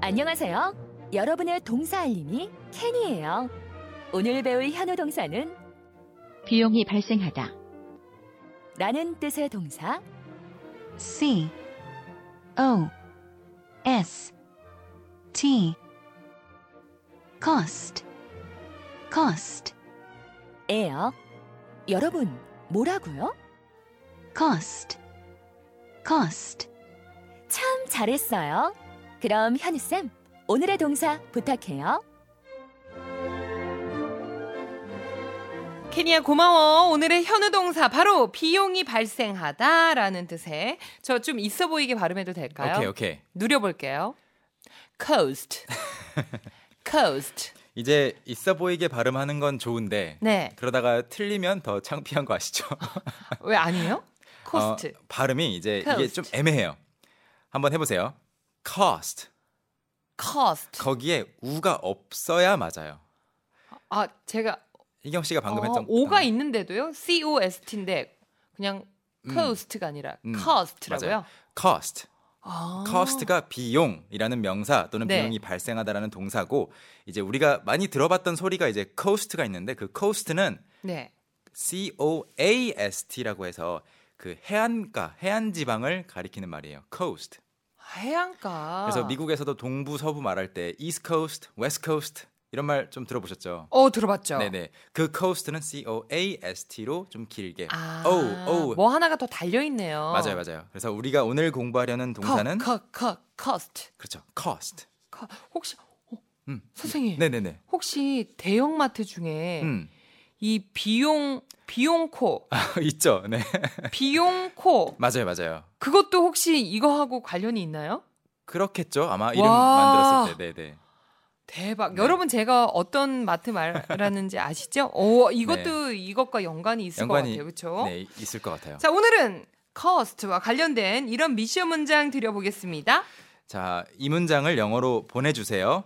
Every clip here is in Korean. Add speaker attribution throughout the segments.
Speaker 1: 안녕하세요. 여러분의 동사 알림이 캔이에요. 오늘 배울 현우 동사는
Speaker 2: 비용이 발생하다.
Speaker 1: 라는 뜻의 동사
Speaker 2: C O S T cost cost
Speaker 1: 예요. 여러분, 뭐라고요?
Speaker 2: cost cost
Speaker 1: 참 잘했어요. 그럼 현우쌤, 오늘의 동사 부탁해요.
Speaker 3: 케니야 고마워. 오늘의 현우 동사 바로 비용이 발생하다라는 뜻의 저 좀 있어 보이게 발음해도 될까요?
Speaker 4: 오케이 오케이
Speaker 3: 누려볼게요. cost, cost.
Speaker 4: 이제 있어 보이게 발음하는 건 좋은데
Speaker 3: 네,
Speaker 4: 그러다가 틀리면 더 창피한 거 아시죠?
Speaker 3: 왜 아니에요? cost,
Speaker 4: 어, 발음이 이제 이게
Speaker 3: Cost.
Speaker 4: 좀 애매해요. 한번 해보세요. cost
Speaker 3: cost.
Speaker 4: 거기에 우가 없어야 맞아요.
Speaker 3: 아 제가
Speaker 4: 이경 씨가 방금
Speaker 3: 어,
Speaker 4: 했던
Speaker 3: 오가 있는데도요. C O S T인데 그냥
Speaker 4: 음.
Speaker 3: cost가 아니라
Speaker 4: 음,
Speaker 3: cost라고요.
Speaker 4: 맞아요. cost
Speaker 3: 아.
Speaker 4: cost가 비용이라는 명사 또는
Speaker 3: 네.
Speaker 4: 비용이 발생하다라는 동사고 이제 우리가 많이 들어봤던 소리가 이제 cost가 있는데 그 cost는
Speaker 3: 네.
Speaker 4: C O A S T라고 해서 그 해안가, 해안 지방을 가리키는 말이에요. coast.
Speaker 3: 해안가.
Speaker 4: 그래서 미국에서도 동부 서부 말할 때 East Coast, West Coast 이런 말 좀 들어보셨죠?
Speaker 3: 어 들어봤죠.
Speaker 4: 네네. 그 coast는 C O A S T로 좀 길게
Speaker 3: 아,
Speaker 4: O O
Speaker 3: 뭐 어. 하나가 더 달려 있네요.
Speaker 4: 맞아요, 맞아요. 그래서 우리가 오늘 공부하려는 동사는
Speaker 3: 커, 커, 커, cost.
Speaker 4: 그렇죠. cost.
Speaker 3: 커. 혹시 어,
Speaker 4: 음.
Speaker 3: 선생님
Speaker 4: 네네네.
Speaker 3: 혹시 대형마트 중에
Speaker 4: 음
Speaker 3: 이 비용 비용코
Speaker 4: 있죠. 네
Speaker 3: 비용코
Speaker 4: 맞아요, 맞아요.
Speaker 3: 그것도 혹시 이거하고 관련이 있나요?
Speaker 4: 그렇겠죠. 아마 이름
Speaker 3: 와.
Speaker 4: 만들었을 때. 네네.
Speaker 3: 대박.
Speaker 4: 네.
Speaker 3: 여러분 제가 어떤 마트 말하는지 아시죠? 오 이것도 이것과 연관이
Speaker 4: 네.
Speaker 3: 있을
Speaker 4: 연관이-
Speaker 3: 것 같아요. 그렇죠?
Speaker 4: 네 있을 것 같아요.
Speaker 3: 자 오늘은 커스트와 관련된 이런 미션 문장 드려보겠습니다.
Speaker 4: 자, 이 문장을 영어로 보내주세요.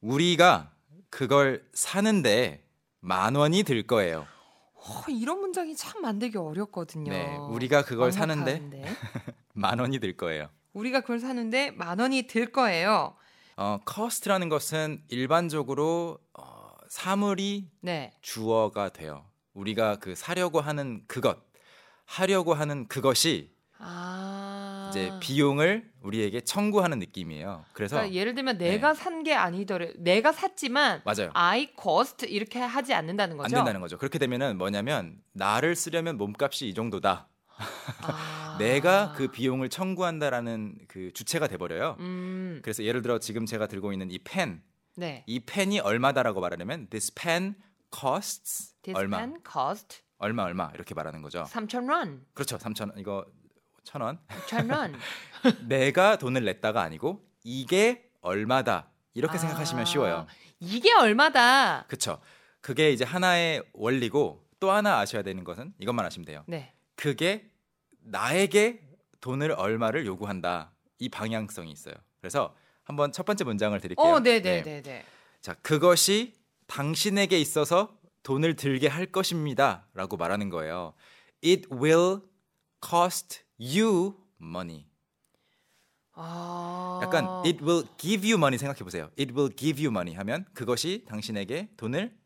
Speaker 4: 우리가 그걸 사는데 만 원이 들 거예요.
Speaker 3: 어, 이런 문장이 참 만들기 어렵거든요.
Speaker 4: 네, 우리가 그걸 사는데
Speaker 3: 막막한데.
Speaker 4: 만 원이 들 거예요.
Speaker 3: 우리가 그걸 사는데 만 원이 들 거예요.
Speaker 4: 어, cost라는 것은 일반적으로 어, 사물이
Speaker 3: 네.
Speaker 4: 주어가 돼요. 우리가 그 사려고 하는 그것, 하려고 하는 그것이
Speaker 3: 아.
Speaker 4: 이제 비용을 우리에게 청구하는 느낌이에요. 그래서
Speaker 3: 그러니까 예를 들면
Speaker 4: 네.
Speaker 3: 내가 산 게 아니더래. 내가 샀지만
Speaker 4: 맞아요.
Speaker 3: I cost 이렇게 하지 않는다는 거죠.
Speaker 4: 안 된다는 거죠. 그렇게 되면은 뭐냐면 나를 쓰려면 몸값이 이 정도다.
Speaker 3: 아.
Speaker 4: 내가 그 비용을 청구한다라는 그 주체가 돼버려요.
Speaker 3: 음.
Speaker 4: 그래서 예를 들어 지금 제가 들고 있는 이 펜,
Speaker 3: 네.
Speaker 4: 이 펜이 얼마다라고 말하려면 this pen costs
Speaker 3: This
Speaker 4: 얼마, 어.
Speaker 3: pen cost
Speaker 4: 얼마 얼마 이렇게 말하는 거죠.
Speaker 3: 3천 원.
Speaker 4: 그렇죠, 3천 원 이거 천 원.
Speaker 3: 6천 원.
Speaker 4: 내가 돈을 냈다가 아니고 이게 얼마다 이렇게
Speaker 3: 아.
Speaker 4: 생각하시면 쉬워요.
Speaker 3: 이게 얼마다.
Speaker 4: 그렇죠. 그게 이제 하나의 원리고 또 하나 아셔야 되는 것은 이것만 아시면 돼요.
Speaker 3: 네.
Speaker 4: 그게 나에게 돈을 얼마를 요구한다. 이 방향성이 있어요. 그래서 한번 첫 번째 문장을 드릴게요.
Speaker 3: 어, 네, 네, 네, 네.
Speaker 4: 자, 그것이 당신에게 있어서 돈을 들게 할 것입니다라고 말하는 거예요. It will cost you money.
Speaker 3: 아.
Speaker 4: 약간 it will give you money 생각해 보세요. It will give you money 하면 그것이 당신에게 돈을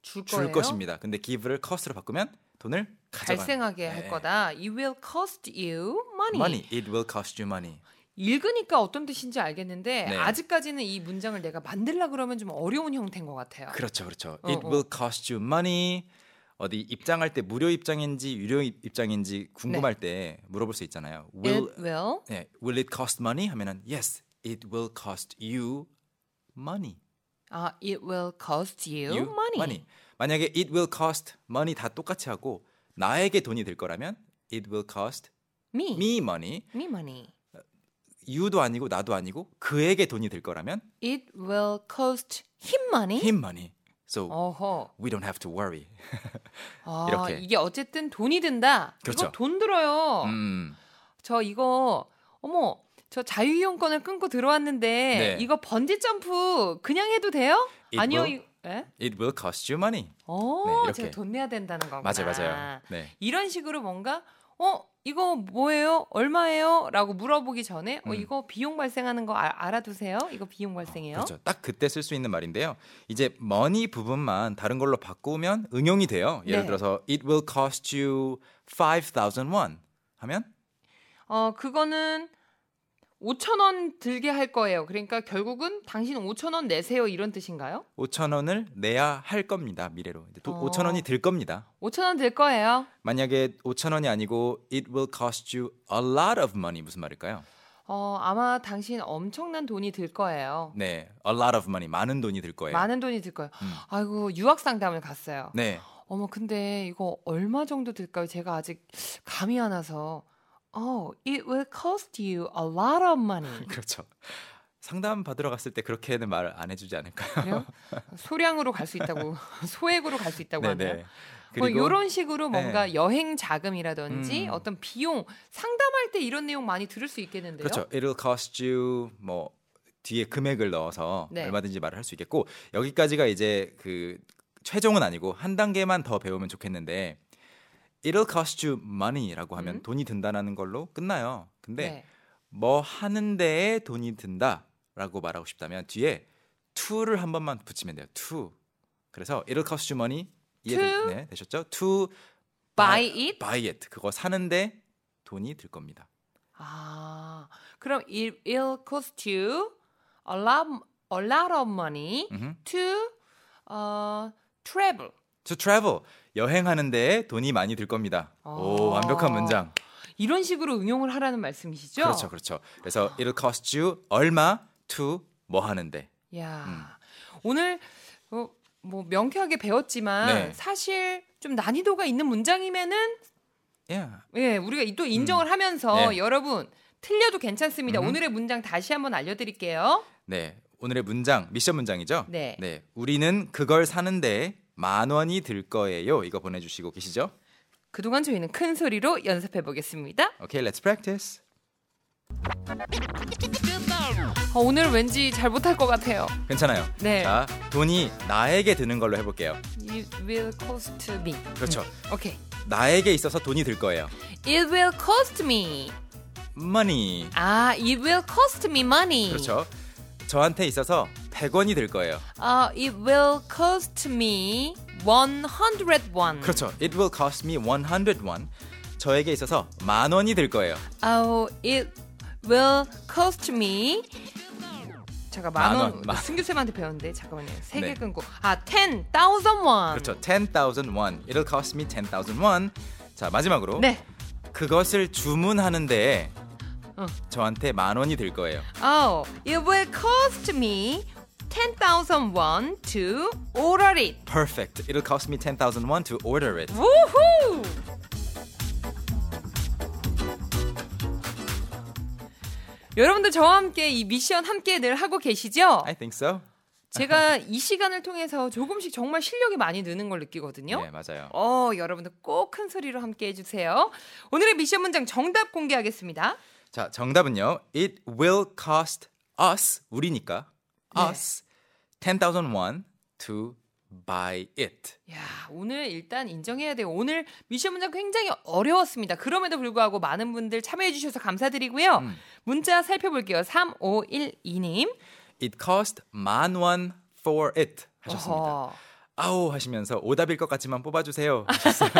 Speaker 3: 줄,
Speaker 4: 줄
Speaker 3: 거예요?
Speaker 4: 것입니다. 근데 give를 cost로 바꾸면 돈을 가져가.
Speaker 3: 발생하게
Speaker 4: 네.
Speaker 3: 할 거다. It will cost you
Speaker 4: money. It will cost you money.
Speaker 3: 읽으니까 어떤 뜻인지 알겠는데
Speaker 4: 네.
Speaker 3: 아직까지는 이 문장을 내가 만들라 그러면 좀 어려운 형태인 것 같아요.
Speaker 4: 그렇죠, 그렇죠.
Speaker 3: 어,
Speaker 4: It
Speaker 3: 어.
Speaker 4: will cost you money. 어디 입장할 때 무료 입장인지 유료 입- 입장인지
Speaker 3: 네.
Speaker 4: 궁금할 때 물어볼 수 있잖아요. Will
Speaker 3: It will
Speaker 4: 네, will it cost money? 하면은 yes, it will cost you money.
Speaker 3: 아, it will cost you,
Speaker 4: You
Speaker 3: money.
Speaker 4: 만약에 it will cost money 다 똑같이 하고 나에게 돈이 들 거라면 it will cost
Speaker 3: me
Speaker 4: me money.
Speaker 3: me money.
Speaker 4: you도 아니고 나도 아니고 그에게 돈이 들 거라면
Speaker 3: It will cost him money.
Speaker 4: him money. So
Speaker 3: 어허.
Speaker 4: we don't have to worry.
Speaker 3: 아,
Speaker 4: 이렇게.
Speaker 3: 이게 어쨌든 돈이 든다.
Speaker 4: 그렇죠.
Speaker 3: 이거 돈 들어요.
Speaker 4: 음.
Speaker 3: 저 이거 어머 저 자유이용권을 끊고 들어왔는데
Speaker 4: 네.
Speaker 3: 이거 번지 점프 그냥 해도 돼요?
Speaker 4: It
Speaker 3: 아니요.
Speaker 4: will-
Speaker 3: 이- 예?
Speaker 4: It will cost you money.
Speaker 3: 어,
Speaker 4: 네, 이렇게.
Speaker 3: 제가 돈 내야 된다는 거구나.
Speaker 4: 맞아요, 맞아요. 네.
Speaker 3: 이런 식으로 뭔가 어 이거 뭐예요? 얼마예요? 라고 물어보기 전에 어
Speaker 4: 음.
Speaker 3: 이거 비용 발생하는 거 아- 알아두세요. 이거 비용 발생해요.
Speaker 4: 그렇죠. 딱 그때 쓸 수 있는 말인데요. 이제 money 부분만 다른 걸로 바꾸면 응용이 돼요. 예를
Speaker 3: 네.
Speaker 4: 들어서 it will cost you 5,000 won 하면
Speaker 3: 어 그거는 5천 원 들게 할 거예요. 그러니까 결국은 당신 5천 원 내세요 이런 뜻인가요?
Speaker 4: 5,000원을 내야 할 겁니다. 미래로. 이제 또
Speaker 3: 어.
Speaker 4: 5,000원이 들 겁니다.
Speaker 3: 5천 원 들 거예요.
Speaker 4: 만약에 5,000원이 아니고 it will cost you a lot of money 무슨 말일까요?
Speaker 3: 어 아마 당신 엄청난 돈이 들 거예요.
Speaker 4: 네. a lot of money. 많은 돈이 들 거예요.
Speaker 3: 많은 돈이 들 거예요.
Speaker 4: 네. 음.
Speaker 3: 아이고 유학 상담을 갔어요.
Speaker 4: 네.
Speaker 3: 어머 근데 이거 얼마 정도 들까요? 제가 아직 감이 안 와서. Oh, it will cost you a lot of money.
Speaker 4: 그렇죠. 상담 받으러 갔을 때 그렇게는 말 안 해주지 않을까요?
Speaker 3: 그래요? 소량으로 갈 수 있다고 소액으로 갈 수 있다고 하나요?
Speaker 4: 네네.
Speaker 3: 뭐
Speaker 4: 그리고
Speaker 3: 이런 식으로
Speaker 4: 네.
Speaker 3: 뭔가 여행 자금이라든지
Speaker 4: 음.
Speaker 3: 어떤 비용 상담할 때 이런 내용 많이 들을 수 있겠는데요.
Speaker 4: 그렇죠. It'll cost you 뭐 뒤에 금액을 넣어서
Speaker 3: 네.
Speaker 4: 얼마든지 말을 할 수 있겠고 여기까지가 이제 그 최종은 아니고 한 단계만 더 배우면 좋겠는데 It'll cost you money라고 하면
Speaker 3: 음.
Speaker 4: 돈이 든다라는 걸로 끝나요. 근데
Speaker 3: 네.
Speaker 4: 뭐 하는 데에 돈이 든다라고 말하고 싶다면 뒤에 to를 한 번만 붙이면 돼요. to. 그래서 it'll cost you money 이해
Speaker 3: To
Speaker 4: 되, 네, 되셨죠? to
Speaker 3: Buy it.
Speaker 4: buy it. 그거 사는데 돈이 들 겁니다.
Speaker 3: 아, 그럼 it will cost you a lot, a lot of money
Speaker 4: 음흠.
Speaker 3: to 어, travel.
Speaker 4: to travel 여행하는 데에 돈이 많이 들 겁니다. 오
Speaker 3: 아.
Speaker 4: 완벽한 문장.
Speaker 3: 이런 식으로 응용을 하라는 말씀이시죠?
Speaker 4: 그렇죠, 그렇죠. 그래서 it'll cost you 얼마 to 뭐 하는데.
Speaker 3: 야,
Speaker 4: 음.
Speaker 3: 오늘 어, 뭐 명쾌하게 배웠지만
Speaker 4: 네.
Speaker 3: 사실 좀 난이도가 있는 문장이면은
Speaker 4: Yeah.
Speaker 3: 예, 우리가 또 인정을 하면서
Speaker 4: 음. 네.
Speaker 3: 여러분 틀려도 괜찮습니다.
Speaker 4: 음.
Speaker 3: 오늘의 문장 다시 한번 알려드릴게요.
Speaker 4: 네 오늘의 문장 미션 문장이죠.
Speaker 3: 네.
Speaker 4: 네 우리는 그걸 사는데 만 원이 들 거예요. 이거 보내주시고 계시죠?
Speaker 3: 그동안 저희는 큰 소리로 연습해 보겠습니다.
Speaker 4: Okay, let's practice.
Speaker 3: 어, 오늘 왠지 잘 못할 것 같아요.
Speaker 4: 괜찮아요.
Speaker 3: 네.
Speaker 4: 자 돈이 나에게 드는 걸로 해볼게요.
Speaker 3: It will cost me.
Speaker 4: 그렇죠.
Speaker 3: 오케이.
Speaker 4: 나에게 있어서 돈이 들 거예요.
Speaker 3: It will cost me.
Speaker 4: Money.
Speaker 3: 아, it will cost me money.
Speaker 4: 그렇죠. 저한테 있어서 100원이 들 거예요.
Speaker 3: 어, it will cost me 100 won.
Speaker 4: 그렇죠. It will cost me 100 won. 저에게 있어서 만 원이 들 거예요.
Speaker 3: Oh, it will cost me. 잠깐
Speaker 4: 만
Speaker 3: 만원
Speaker 4: 원, 만-
Speaker 3: 승규쌤한테 배웠는데 잠깐만요. 세 개
Speaker 4: 네.
Speaker 3: 끊고 아, 10,000 won.
Speaker 4: 그렇죠. 10,000 won. It'll cost me 10,000 won. 자, 마지막으로
Speaker 3: 네.
Speaker 4: 그것을 주문하는데
Speaker 3: 어.
Speaker 4: 저한테 만 원이 들 거예요.
Speaker 3: Oh, it will cost me 10,000 won to order it.
Speaker 4: Perfect. It'll cost me 10,000 won to order it.
Speaker 3: 우후! 여러분들 저와 함께 이 미션 함께 늘 하고 계시죠?
Speaker 4: I think so.
Speaker 3: 제가 이 시간을 통해서 조금씩 정말 실력이 많이 느는 걸 느끼거든요.
Speaker 4: 네, 맞아요.
Speaker 3: 어, 여러분들 꼭 큰 소리로 함께 해주세요. 오늘의 미션 문장 정답 공개하겠습니다.
Speaker 4: 자, 정답은요. It will cost us 우리니까
Speaker 3: 네.
Speaker 4: us 10,000 won to buy it.
Speaker 3: 야, 오늘 일단 인정해야 돼요. 오늘 미션 문장 굉장히 어려웠습니다. 그럼에도 불구하고 많은 분들 참여해주셔서 감사드리고요.
Speaker 4: 음.
Speaker 3: 문자 살펴볼게요. 3512님.
Speaker 4: It cost 만 원 for it 하셨습니다.
Speaker 3: 어허.
Speaker 4: 아우 하시면서 오답일 것 같지만 뽑아주세요. 하셨어요.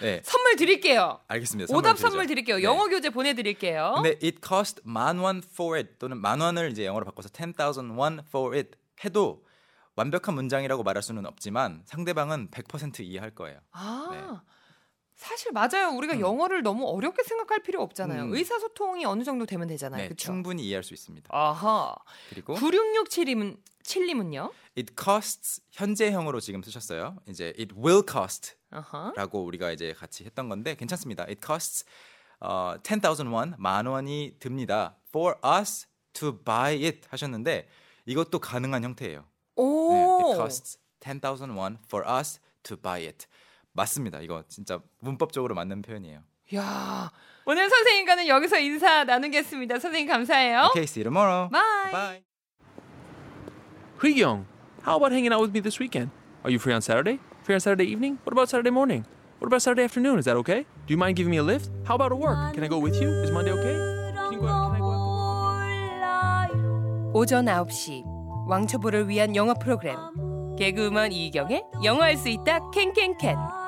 Speaker 4: 네,
Speaker 3: 선물 드릴게요.
Speaker 4: 알겠습니다.
Speaker 3: 오답
Speaker 4: 드리죠.
Speaker 3: 선물 드릴게요.
Speaker 4: 네.
Speaker 3: 영어 교재 보내드릴게요.
Speaker 4: 근데 it cost 만 원 for it 또는 만 원을 이제 영어로 바꿔서 10,000 won for it 해도 완벽한 문장이라고 말할 수는 없지만 상대방은 100% 이해할 거예요.
Speaker 3: 아.
Speaker 4: 네.
Speaker 3: 사실 맞아요. 우리가 영어를 너무 어렵게 생각할 필요 없잖아요.
Speaker 4: 음.
Speaker 3: 의사소통이 어느 정도 되면 되잖아요.
Speaker 4: 네,
Speaker 3: 그쵸?
Speaker 4: 충분히 이해할 수 있습니다.
Speaker 3: 아하.
Speaker 4: 그리고
Speaker 3: 9667님은 7님은요?
Speaker 4: it costs 현재형으로 지금 쓰셨어요. 이제 it will cost
Speaker 3: 아하.
Speaker 4: 라고 우리가 이제 같이 했던 건데 괜찮습니다. It costs 어, 10,000 won, 만 원이 듭니다. For us to buy it 하셨는데 이것도 가능한 형태예요. 네,
Speaker 3: 오.
Speaker 4: it costs 10,000 won for us to buy it. 맞습니다. 이거 진짜 문법적으로 맞는 표현이에요.
Speaker 3: 야. 오늘 선생님과는 여기서 인사 나누겠습니다. 선생님 감사해요.
Speaker 4: Okay, see you tomorrow.
Speaker 3: 어? Bye.
Speaker 4: Bye.
Speaker 5: Young, how about hanging out with me this weekend? Are you free on Saturday? Free on Saturday evening? What about Saturday morning? What about Saturday afternoon? Is that okay? Do you mind giving me a lift? How about a work? Can I go with you? Is Monday okay? Can you go out? Can I go out?
Speaker 3: 오전 9시 왕초보를 위한 영어 프로그램 개그우먼 이경의 영어할 수 있다 캔캔캔